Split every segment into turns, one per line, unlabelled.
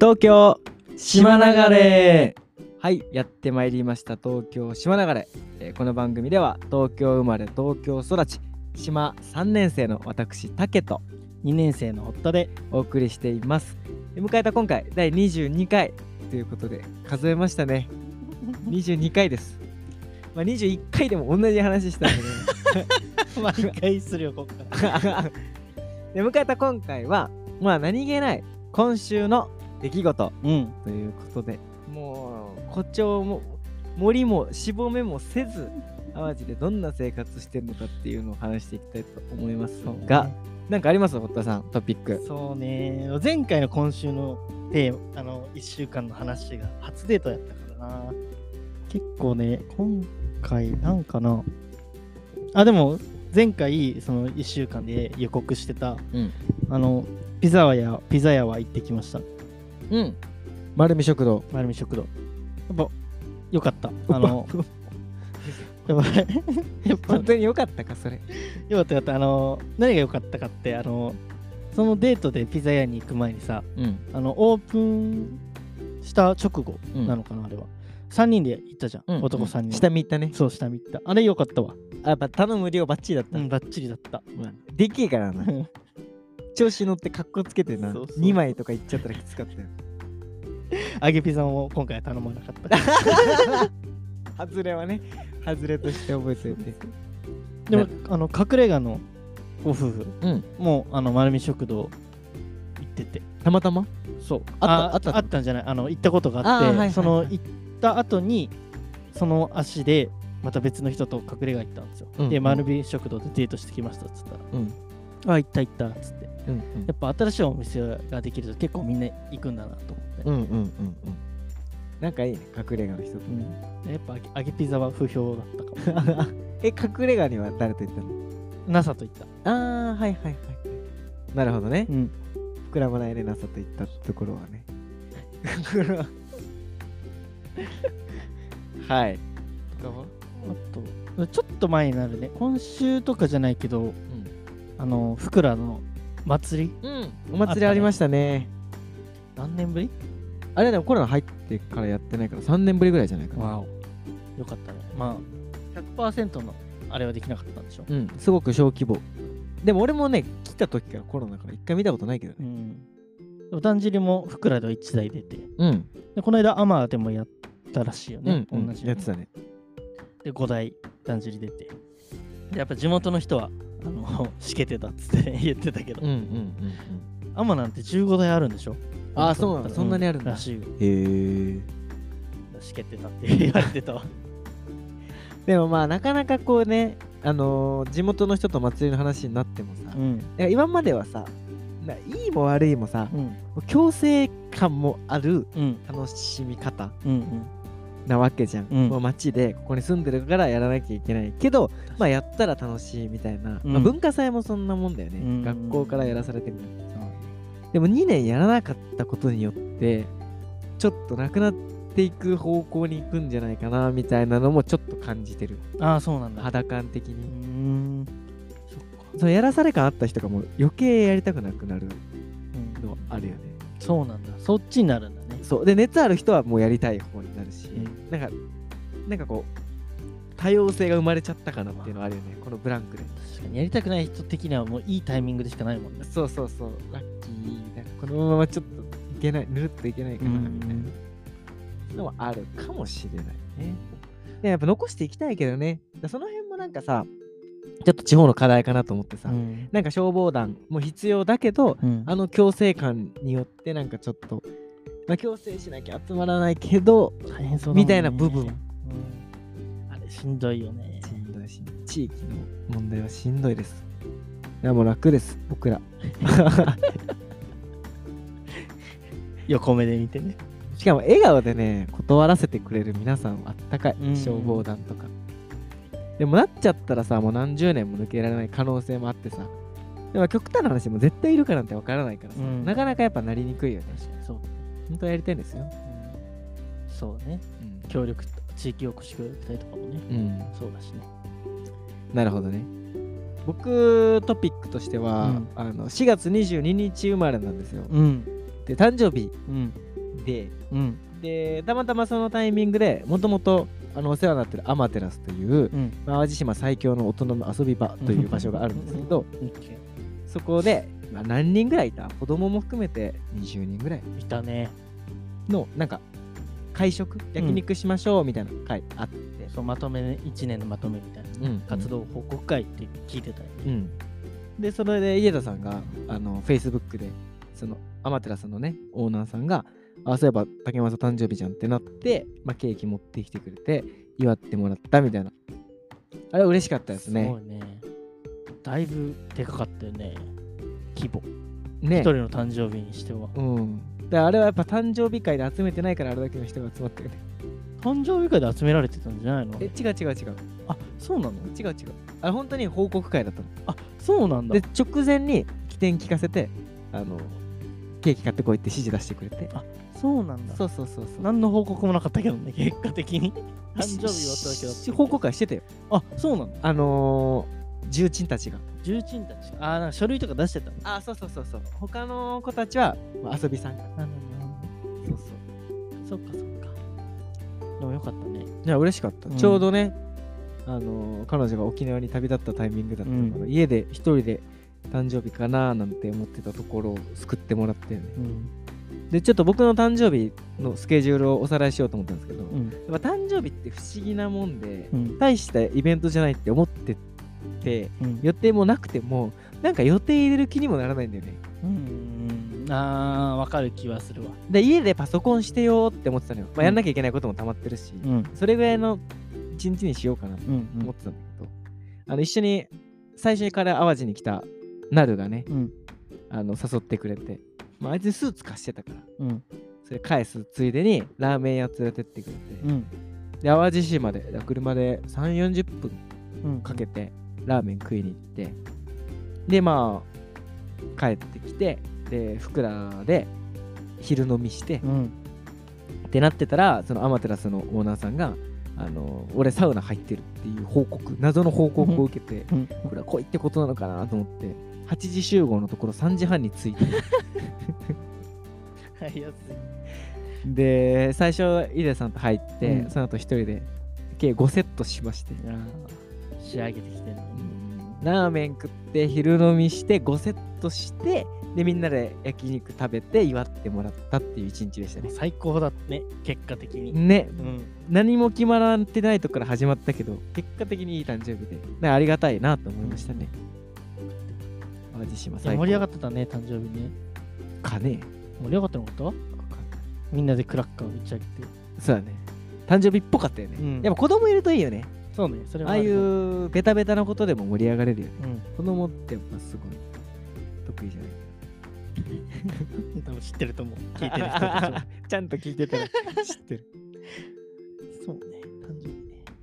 東京
島流れ
はいやってまいりました東京島流れ、えーこの番組では東京生まれ東京育ち島3年生の私竹と
2年生の夫で
お送りしていますで迎えた今回第22回ということで数えましたね22回です、まあ、21回でも同じ話したんでね
毎回するよこっから
で迎えた今回はまあ何気ない今週の出来事
うん
ということでもう誇張も森もしぼめもせず淡路でどんな生活してるのかっていうのを話していきたいと思いますが、なんかあります堀田さんトピック
そうね前回の今週のテーマあの1週間の話が初デートやったからな結構ね今回なんかなあでも前回その1週間で予告してた、
うん
あのピザ屋ピザ屋は行ってきました
うん丸見食堂
丸見食堂やっぱよかったあの やっぱやっぱ
本当に良かったかそれ
よかったよかったあの何が良かったかってあのそのデートでピザ屋に行く前にさ
うん
あのオープンした直後
うん
なのかな、あれは3人で行ったじゃん、男3人、
下見行ったね
そう下見行ったあれ良かったわ
あやっぱ頼む量バッチリだった、
うんバッチリだった
まあでっけえから な調子乗ってかっこつけてな
そうそう
2枚とかいっちゃったらきつかったよ
揚げピザも今回は頼まなかったから
外れはね外れとして覚えておいて
でもあの隠れ家のご夫婦
うん
もあの丸見食堂行ってて
たまたま
そう
あったあ
あ
ったの
あったんじゃないあの行ったことがあって
あーはいはいはい
その行った後にその足でまた別の人と隠れ家行ったんですよ、
うんう
で
ん
丸ビ食堂でデートしてきましたっつったら
うん
「あ行った行った」っつってや
うん
っぱ新しいお店ができると結構みんな行くんだなと思って、
うんうんうんうんなんかいいね隠れ家の人とね
うんやっぱ揚げ揚げピザは不評だったかも
え隠れ家には誰と行ったの
NASA と行った、
ああはいはいはいなるほどね
うん、
膨らまないねなさと行ったところは ねはい他は
あとちょっと前になるね今週とかじゃないけどあの福良の祭り
うん、お祭りありましたね
何年ぶり
あれでもコロナ入ってからやってないから3年ぶりぐらいじゃないかな、
わお。よかったね。まあ、100%のあれはできなかったんでしょ。
うんすごく小規模でも俺もね来た時からコロナから一回見たことないけど
う
ね
ん。おだんじりもふくらでは1台出て、
うん
でこの間、アマーでもやったらしいよね。
うん、
同じよ
や
う
っ
に
てたね
で、5台だんじり出て。でやっぱ地元の人は、あの、 しけてたっつって 言ってたけど、
うんうんうん
アマなんて15台あるんでしょ。
あーそうなんだそんなにあるんだ
らしいよ。
へえ
しけてたって言われて たわ。
でもまあなかなかこうねあのー地元の人と祭りの話になってもさ、だか
ん。
ら今まではさないいも悪いもさ、
うん。
強制感もある
うん。
楽しみ方
うん。
なわけじゃん、
うん
もう街でここに住んでるからやらなきゃいけないけどまあやったら楽しいみたいな、
うん
まあ文化祭もそんなもんだよね、
うん
学校からやらされてるからでも2年やらなかったことによってちょっとなくなっていく方向に行くんじゃないかなみたいなのもちょっと感じてる
ああ、そうなんだ。
肌感的に
うーん。そっか。
そのやらされ感あった人がもう余計やりたくなくなる
うん
のあるよね
そうなんだ。そっちになるんだね。
そうで熱ある人はもうやりたい方になるし、
うん
なんかなんかこう多様性が生まれちゃったかなっていうのはあるよねこのブランクで
確かにやりたくない人的にはもういいタイミングでしかないもんね。
そうそうそうラッキーみたいなこのままちょっといけないぬるっといけないかなみたいなのはあるかもしれないねでやっぱ残していきたいけどねだその辺もなんかさちょっと地方の課題かなと思ってさ、
うん
なんか消防団も必要だけど
うん
あの強制感によってなんかちょっと、まあ、強制しなきゃ集まらないけど
大変そうだもんね
みたいな部分
うんあれしんどいよね。
しんどいし地域の問題はしんどいですいやもう楽です僕ら
横目で見てね。
しかも笑顔でね断らせてくれる皆さんはあったかい、
うん
消防団とかでもなっちゃったらさもう何十年も抜けられない可能性もあってさでも極端な話もう絶対いるかなんてわからないからさ、
うん
なかなかやっぱなりにくいよね
確かにそう。
本当はやりたいんですよ、
うんそうね。
うん
協力、地域おこし協力隊とかもね。
うん、
そうだしね。
なるほどね僕トピックとしては、
うん
あの4月22日生まれなんですよ
うん。
で誕生日
うん。
で、
うん
で、たまたまそのタイミングでもともとあのお世話になってるアマテラスという、
うん
まあ淡路島最強の大人の遊び場という場所があるんですけど、
オッケ
そこで、まあ、何人ぐらいいた子供も含めて20人ぐらい
ーいたね
のなんか会食焼肉しましょうみたいな会あって、
そうまとめね1年のまとめみたいな
うん
活動報告会って聞いてたよ
う
ね
ん、でそれで家田さんがあの Facebook でその天寺さんのねオーナーさんがあそういえば竹山さん誕生日じゃんってなって、まあ、ケーキ持ってきてくれて祝ってもらったみたいなあれ嬉しかったです
す
ね
ごいねだいぶでかかったよね規模一
ね
人の誕生日にしては
うんであれはやっぱ誕生日会で集めてないからあれだけの人が集まってるね
誕生日会で集められてたんじゃないの
え違う違う違う
あそうなの
違う違うあれ本当に報告会だったの
あそうなんだ
で直前に起点聞かせてあのケーキ買ってこいって指示出してくれて
そうなんだ
そうそうそうそう
何の報告もなかったけどね結果的 に誕生日終わっただけだっ
し報告会してたよ
たあそうなの
あのー、重鎮たちが。
重鎮たちあなんか書類とか出してたんだ
あ、そうそうそうそう。他の子たちは、まあ、遊び参加。
なる
そうそう。
そっかそっかでもよかったね
いや、嬉しかった。
うん
ちょうどね、あのー、彼女が沖縄に旅立ったタイミングだったから、
う
家で一人で誕生日かなーなんて思ってたところを救ってもらって、ね、
うん
で、ちょっと僕の誕生日のスケジュールをおさらいしようと思ったんですけど、
う
や
ん
っぱ誕生日って不思議なもんで、
うん
大したイベントじゃないって思ってて、
うん
予定もなくても、なんか予定入れる気にもならないんだよね。
うんあーわかる気はするわ
で家でパソコンしてよって思ってたのよ、ま
うん
あ、やんなきゃいけないことも溜まってるし、
うん
それぐらいの一日にしようかなと
うん
思ってたんだけど、あの一緒に最初から淡路に来たなるがね
うん
あの誘ってくれて、まあ、あいつスーツ貸してたから
うん
それ返すついでにラーメン屋連れてってくれて、
うん
で淡路島でだから車で3 4 0分
うん
かけてラーメン食いに行ってでまあ帰ってきてで福良で昼飲みして
う、ん
ってなってたらそのアマテラスのオーナーさんが「あの俺サウナ入ってる」っていう報告謎の報告を受けて
うん
これは来いってことなのかなと思って8時集合のところ3時半に着い て
はいやつ
で最初井出さんと入って、
うん
その後一人で計5セットしまして
いやー仕上げてきてるね
ラーメン食って昼飲みして5セットしてでみんなで焼肉食べて祝ってもらったっていう一日でしたね。
最高だね結果的に
ね
うん
何も決まらんてないとこから始まったけど結果的にいい誕生日でなんかありがたいなと思いましたね、淡路島
いや
最高
盛り上がってたね誕生日ね
かね
盛り上がってなかったみんなでクラッカーを打ち上げて
そうだね誕生日っぽかったよね、
うん
やっぱ子供いるといいよね
そうねそれ
あ
は
あ
る
い
ね
うベタベタなことでも盛り上がれるよね
うん
子供ってやっぱすごい得意じゃない
多分知ってると思う聞いてる人たちも
ちゃんと聞いてたら知ってる
そうね誕生日ね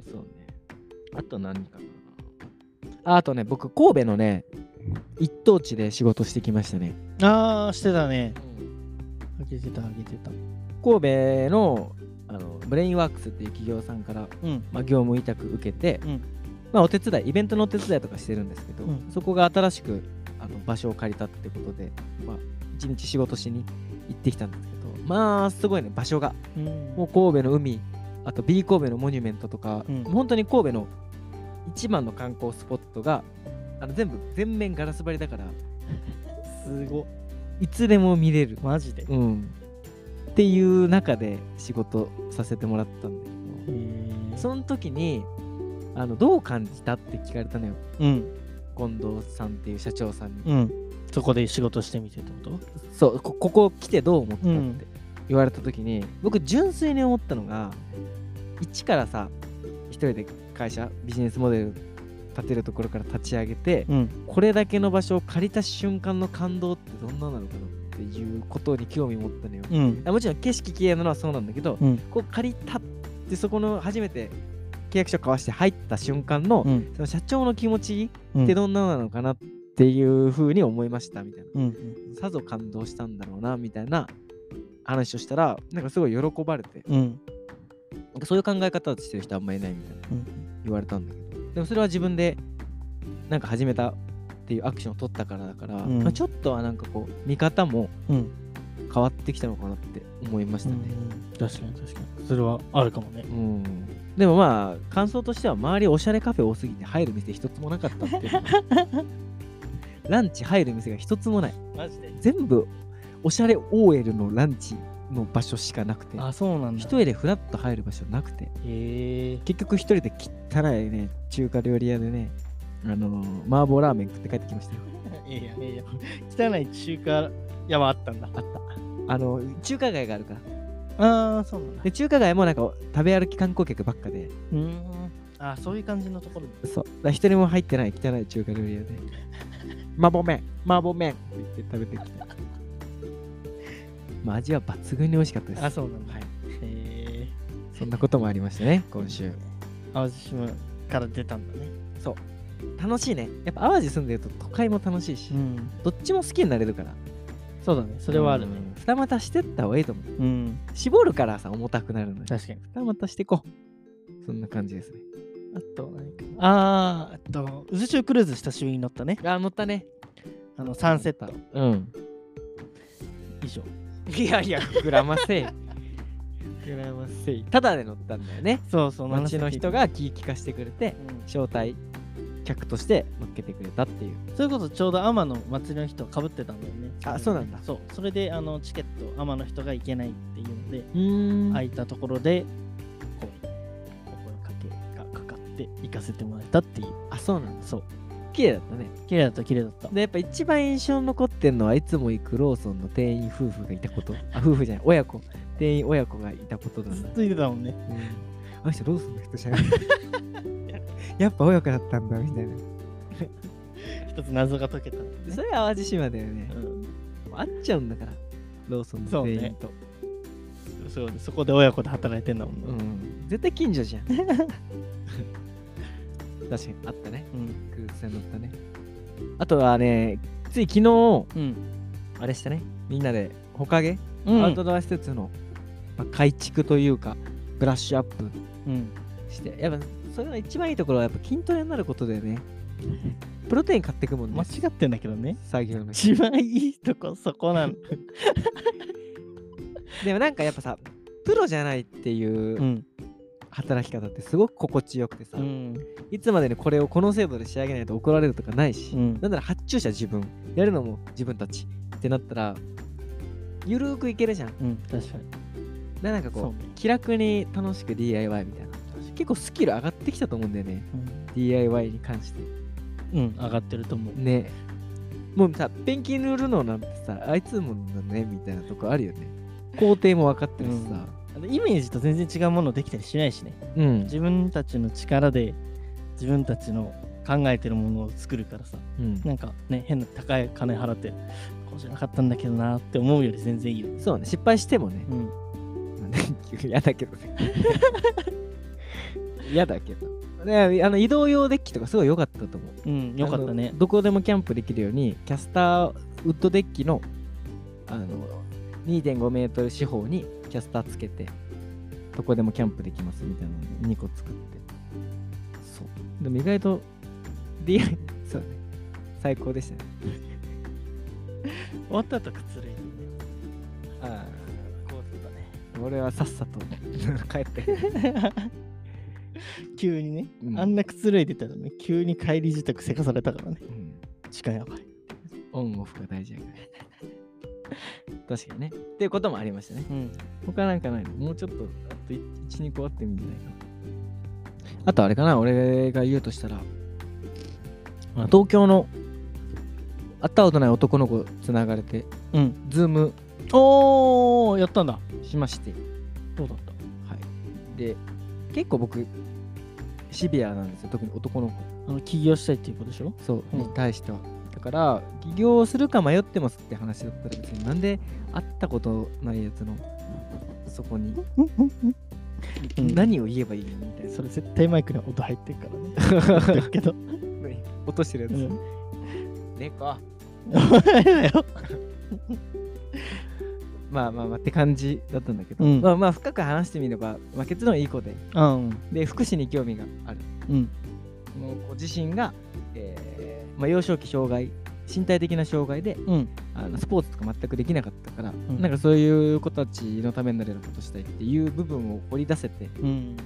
そうねあと何かなああとね僕神戸のね一等地で仕事してきましたね、
ああしてたねあげてたあげてた
神戸のあのブレインワークスっていう企業さんから、
うん
まあ、業務委託受けて、
うん
まあ、お手伝いイベントのお手伝いとかしてるんですけど、
うん
そこが新しくあの場所を借りたってことで、まあ、一日仕事しに行ってきたんですけどまあすごいね場所が
うん
もう神戸の海あと B 神戸のモニュメントとか、
うん
本当に神戸の一番の観光スポットがあの全部全面ガラス張りだから
すご
いつでも見れる
マジでへ
うん、っていう中で仕事させてもらったんだけ
え
どその時にあのどう感じたって聞かれたのよ
うん
近藤さんっていう社長さんに、
うんそこで仕事してみてってこと
そうこここ来てどう思った
う
っ
ん
て言われた時に僕純粋に思ったのが一からさ一人で会社ビジネスモデル立てるところから立ち上げて、
うん
これだけの場所を借りた瞬間の感動ってどんななのかなっていうことに興味持ったのよ、
うん
あもちろん景色綺麗なのはそうなんだけど、
うん
こう借りたってそこの初めて契約書交わして入った瞬間の,、
うん
その社長の気持ち
うん
ってどんなのなのかなっていう風に思いましたみたいな、
うんうん
さぞ感動したんだろうなみたいな話をしたらなんかすごい喜ばれて
うん
なんかそういう考え方をしてる人あんまいないみたいな
うん
言われたんだけどでもそれは自分でなんか始めたっていうアクションを取ったからだから、
うん
まあ、ちょっとはなんかこう見方も
うん
変わってきたのかなって思いましたね。
確かに確かに。それはあるかもね。
うんでもまあ感想としては周りおしゃれカフェ多すぎて入る店一つもなかったっていう のがランチ入る店が一つもない
マジで
全部おしゃれ OL のランチの場所しかなくて
あ、そうなんだ。
一人でフラッと入る場所なくて
へえ。
結局一人で汚いね中華料理屋でねあのー、麻婆ラーメン食って帰ってきましたよ
いやいや、汚い中華屋はあったんだ。
あったあの中華街があるから
ああ、そうなんだ。
で中華街もなんか食べ歩き観光客ばっかで
うーん。あそういう感じのところ
そう。だから一人も入ってない汚い中華料 理屋で。マボメン、マボメンって言って食べてきた。まあ、味は抜群に美味しかったです。
あ、そうなんだ。はい。へえ。
そんなこともありましたね、今週。。
淡路島から出たんだね。
楽しいね。やっぱ淡路住んでると都会も楽しいし、
ん。
どっちも好きになれるから。
そうだね。そ
そ
れはあるね。。
二股してった方がいいと思う。
うん。
絞るからさ、重たくなるのに。
確かに。
二股してこう。そんな感じですね。
あとは何かな。ああ、えっと、渦中クルーズ久しぶりに乗ったね。
あ、乗ったね。
あの、サンセット。
うん。
以上。
いやいや、グラマセイ。グラマセイ。ただで乗ったんだよね。
そうそう、
町の人が気聞かしてくれて
うん。
招待客として乗っけてくれたっていう
それこそちょうど天の祭りの人かぶってたんだよね。
あそうなんだ
そう。それで、あの、チケット、天の人が行けないっていうので、
うん
空いたところで、こう、心かけがかかって行かせてもらえたっていう。
あそうなんだ
そう。
綺麗だったね
綺麗だった、綺麗だった。
でやっぱ一番印象に残ってんのはいつも行くローソンの店員夫婦がいたことあ夫婦じゃない親子店員親子がいたことだな、
ずっといてたもんね。
あの人ローソンの人じゃない やっぱ親子だったんだみたいな
一つ謎が解けたんだよね。
それ淡路島だよね
うん
会っちゃうんだからローソンの店員と
そうねそこで親子で働いてんだもん
う
ね。
ん絶対近所じゃん 確かにあったね
うん。
クーズ船乗ったねあとはねつい昨日
うん。
あれしたねみんなでほかげ、
うん。
アウトドア施設の、まあ改築というかブラッシュアップ
うん。
してやっぱそれの一番いいところはやっぱ筋トレになることだよねプロテイン買ってくもん
間
ね
違ってんだけどね。
作業の日
一番いいとこ、そこなん
でもなんかやっぱさプロじゃないっていう
うん。
働き方ってすごく心地よくてさ、
うん。
いつまでにこれをこの精度で仕上げないと怒られるとかないし、
うん
なんなら発注者自分やるのも自分たちってなったらゆるーくいけるじゃん
うん。確かに。
でなんかこう
そうね
気楽に楽しく DIY みたいな結構スキル上がってきたと思うんだよね
うん。
DIY に関して
うん、上がってると思う。
ねもうさペンキ塗るのなんてさあいつものねみたいなとこあるよね工程も分かってるしさ
あのイメージと全然違うものできたりしないしね。
うん、
自分たちの力で自分たちの考えてるものを作るからさ、
うん
なんかね、変な高い金払って、こうじゃなかったんだけどなって思うより全然いいよね。
そうね失敗してもね
うん。
嫌だけどね嫌だけどねあの移動用デッキとかすごい良かったと思う
うん、よかった
あ
ね
の。どこでもキャンプできるようにキャスターウッドデッキのあの2.5メートル四方にキャスターつけてどこでもキャンプできますみたいなの2個作ってそうでも意外と DI そうね最高でしたね
終わった後、靴類にね。
あ
こう
あ俺はさっさと帰って
だったね。急にね、
うん
あんな靴類出たらね、急に帰り自宅せかされたからね。
うん
時間やばい。
オンオフが大事やから確かにねっていうこともありましたね
うん。
他なんかないのもうちょっとあと12個あってもいいんじゃないかなあとあれかな俺が言うとしたらあの東京の会ったことない男の子つながれて
うん。
ズーム
おー、やったんだ。
しまして、は
どうだった
い、で結構僕シビアなんですよ特に男の子
あの起業したいっていうことでしょ
そう、
うん
に対してはだから起業するか迷ってますって話だったら別になんで会ったことないやつのそこに
うん
何を言えばいいのみたいな、
それ絶対マイクに音入ってるからね。言 っとくけど。
落としてるやつ、
うん
猫
お前だよ。
まあまあまあって感じだったんだけど、
うん
まあまあ深く話してみれば、まあ、結論いい子で
うん。
で福祉に興味がある
うん。
その子自身が、えーまあ、幼少期障害身体的な障害で
うん。
あのスポーツとか全くできなかったから、
ん
なんかそういう子たちのためになれることしたいっていう部分を掘り出せて
うん。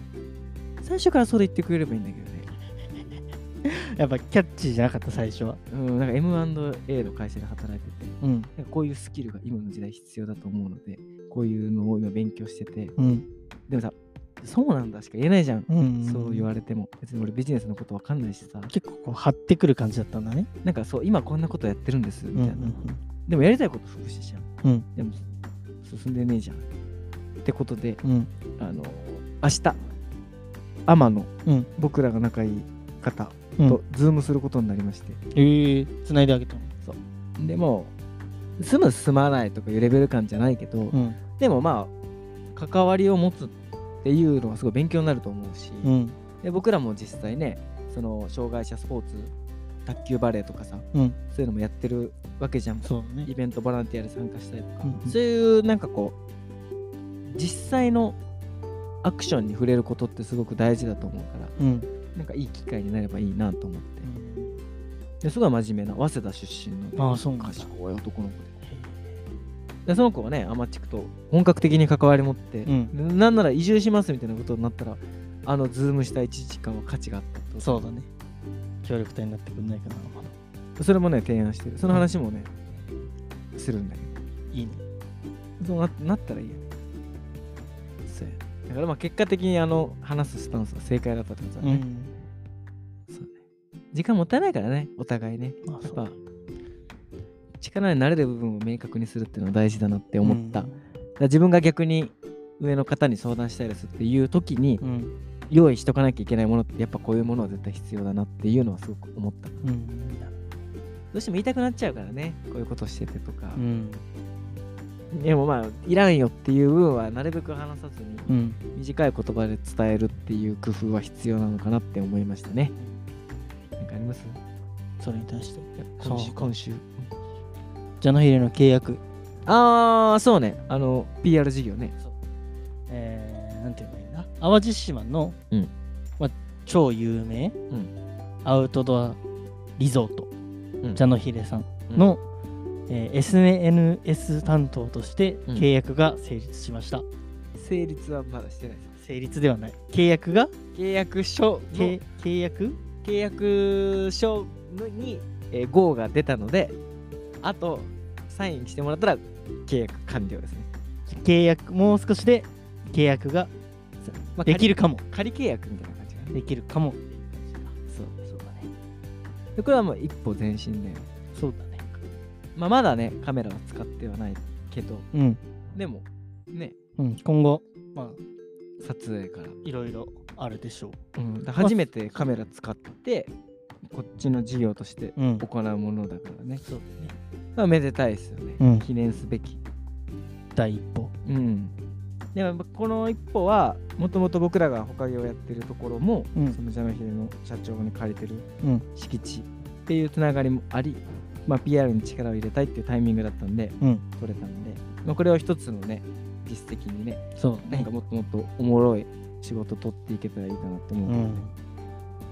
最初からそれ言ってくれればいいんだけどね
やっぱキャッチーじゃなかった、最初は。
うん、なんか M&A の会社で働いてて、
うん。
なんかこういうスキルが今の時代必要だと思うので、こういうのを今勉強してて、
うん。
でもさ、そうなんだしか言えないじゃん。
うん。
そう言われても、別に俺ビジネスのことわかんないしさ、
結構こう張ってくる感じだったんだね。
なんかそう、今こんなことやってるんです、み
うん
たいな。でもやりたいこと福祉じゃん。
うん
でも、進んでねえじゃん。ってことで、
うんうん。
あの、明日、天野、
うん
僕らが仲いい方
うん
と、ズームすることになりまして、
ええ、繋いであげたの。
でもう住む住まないとかいうレベル感じゃないけど、
うん。
でもまあ関わりを持つっていうのはすごい勉強になると思うし、
うん。
で僕らも実際ねその障害者スポーツ卓球バレーとかさ
うん。
そういうのもやってるわけじゃん
そうだね
イ。ベントボランティアで参加したりとか、
うん
そういうなんかこう実際のアクションに触れることってすごく大事だと思うから
うん。
なんかいい機会になればいいなと思ってですごい真面目な早稲田出身のね
ああ、そうなんだ。
賢い男の子ででその子はねアマチクと本格的に関わり持って、
うん
なんなら移住しますみたいなことになったらあのズームした1時間は価値があったってこと
そうだね。協力隊になってくんないかな。
それもね提案してるその話もね、するんだけ
いいね。
どそうななったらいいよねそうやだからまあ結果的にあの話すスタンスは正解だったってことだ
う
ね,、
ん。
そうね時間もったいないからねお互いね
まあ
やっ
そうだ
ぱ力になれる部分を明確にするっていうのは大事だなって思った、だから自分が逆に上の方に相談したりするっていう時に
うん。
用意しとかなきゃいけないものってやっぱこういうものは絶対必要だなっていうのはすごく思ったど
うん。
うしても言いたくなっちゃうからねこういうことしててとか
う、ん。
でもまあいらんよっていう分はなるべく話さずに
うん。
短い言葉で伝えるっていう工夫は必要なのかなって思いましたねなんかあります
それに対して。
今週
そう
今週
ジャノヒレの契約。
ああそうねあの PR 事業ね
えー、なんて言えばいいんだ淡路島の、
うん
まあ、超有名、
ん
アウトドアリゾート、
うん
ジャノヒレさんの、えー SNS 担当として
うん
契約が成立しました、
成立はまだしてないです
成立ではない契約が
契約書
契契約
契約書のに、えー、号が出たのであとサインしてもらったら契約完了ですね、
契約もう少しで契約が
まあ
できるかも
仮仮契約みたいな感じかな
できるかも
そう
そうだね
でこれはもう一歩前進で、
そうだね
まあ、まだねカメラは使ってはないけど
うん、
でもね
うん、今後まあ
撮影から,、
いろいろあるでしょ
うん、だ初めてカメラ使ってこっちの事業として
ううん
行うものだからね、
そうだね
まあ、めでたいですよね、
うん
記念すべき
第一歩
うん、でもやっぱこの一歩はもともと僕らがほかげをやってるところも、
うん
そのジャムヒルの社長に借りてる
うん
敷地っていうつながりもあり、まあ、PR に力を入れたいっていうタイミングだったんで
うん
取れたんで、まあ、これを一つのね実績にね
そう
なんかもっともっとおもろい仕事取っていけたらいいかなと思うけ
う
ど、
ん、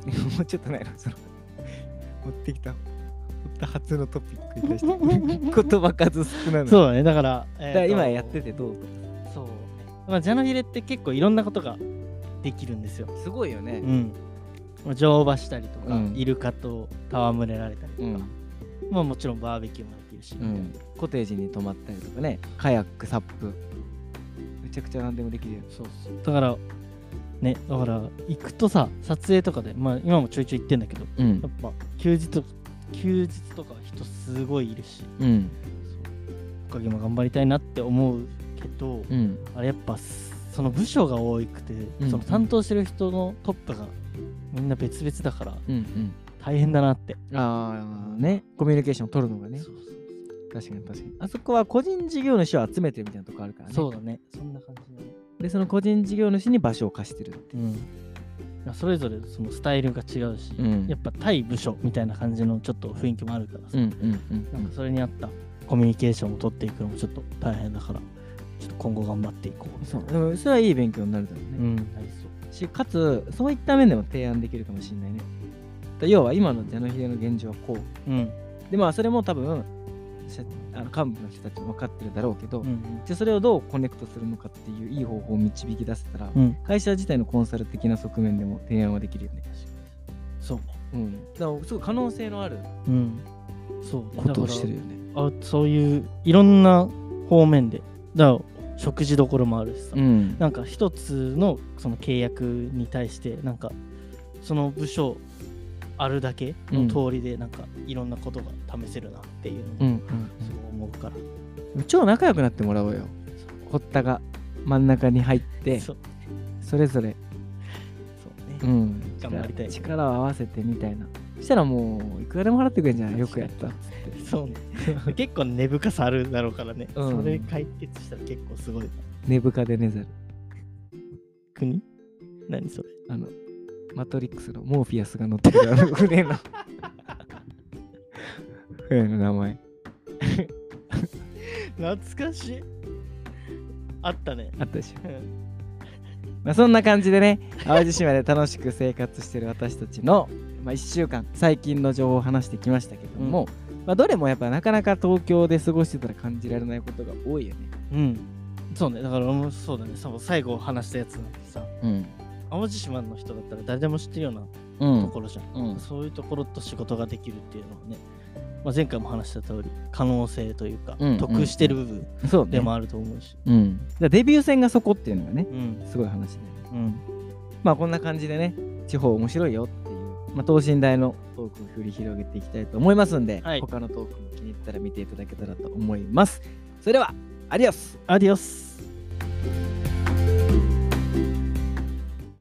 もうちょっとないのその持ってきた持った初のトピックに対して 言葉数少ないの
そうだねだから,、えー
だ
と
から今やっててどうとか
そう、まあ、ジャノヒレって結構いろんなことができるんですよ、
すごいよ
う
ね、
んまあ、乗馬したりとか、
うん
イルカと戯れられたりとか、
うん
まあもちろんバーベキューもできるし、
うん、コテージに泊まったりとかねカヤックサップめちゃくちゃ何でもできるよ
そうそうだからねだから行くとさ撮影とかでまあ今もちょいちょい行ってんだけど
うん
やっぱ休日と休日とか人すごいいるし
うん
おかげも頑張りたいなって思うけど、
うん
あれやっぱすその部署が多くて、
うん
その担当してる人のトップがみんな別々だから
うん
大変だなって、
うんああねコミュニケーション取るのがね
そうそう
確かに確かにあそこは個人事業主を集めてるみたいなとこあるからね
そうだねそんな感じだね、
でその個人事業主に場所を貸してるって
うん、それぞれそのスタイルが違うし、
ん
やっぱ対部署みたいな感じのちょっと雰囲気もあるからさ、
うんうんう
なん
ん
かそれに合ったコミュニケーションを取っていくのもちょっと大変だからちょっと今後頑張っていこう
そうでもそれはいい勉強になるだろう
う
ね、
んなりそう
しかつそういった面でも提案できるかもしれないねだ要は今のジャノヒデの現状はこう
うん
でまあそれも多分社あの幹部の人たちも分かってるだろうけど、
うん
じゃあそれをどうコネクトするのかっていういい方法を導き出せたら、
うん
会社自体のコンサル的な側面でも提案はできるよね。
そうね
うん、だからすごい可能性のある
うんそうね
こ
だか
とを
ら
してるよね。
あそういういろんな方面でだから食事どころもあるしさ、
ん
なんか一つのその契約に対してなんかその部署あるだけの通りでなんかいろんなことが試せるなっていう
う
のを
ん
すごい思うから、
うん、超仲良くなってもらおうよ。堀田が真ん中に入って
そう
それぞれ、
そうね、
ん
頑張りたい
力を合わせてみたいなそしたらもういくらでも払ってくれんじゃないよくやったっつって
そうね結構根深さあるだろうからね、
うん
それ解決したら結構すごい
根深でねざる
国何それ
あのマトリックスのモーフィアスが乗ってるあの船 の船の名前
懐かしいあったね
あったでしょ、まあ、そんな感じでね淡路島で楽しく生活してる私たちの、まあ、1週間最近の情報を話してきましたけども、まあ、どれもやっぱなかなか東京で過ごしてたら感じられないことが多いよね
うんそうねだからもうそうだねさ最後話したやつなんてさ
うん
淡路島の人だったら誰でも知ってるような
う
と
ん
ころじゃん、
うん
そういうところと仕事ができるっていうのはね、まあ、前回も話した通り可能性というか、
うん
得してる部分
そうね
でもあると思うし、
うん、だからデビュー戦がそこっていうのがね
うん
すごい話で
うん
まあこんな感じでね、地方面白いよっていう、まあ、等身大のトークを振り広げていきたいと思いますんで、
はい
他のトークも気に入ったら見ていただけたらと思います。それでは、アディオス
アディオス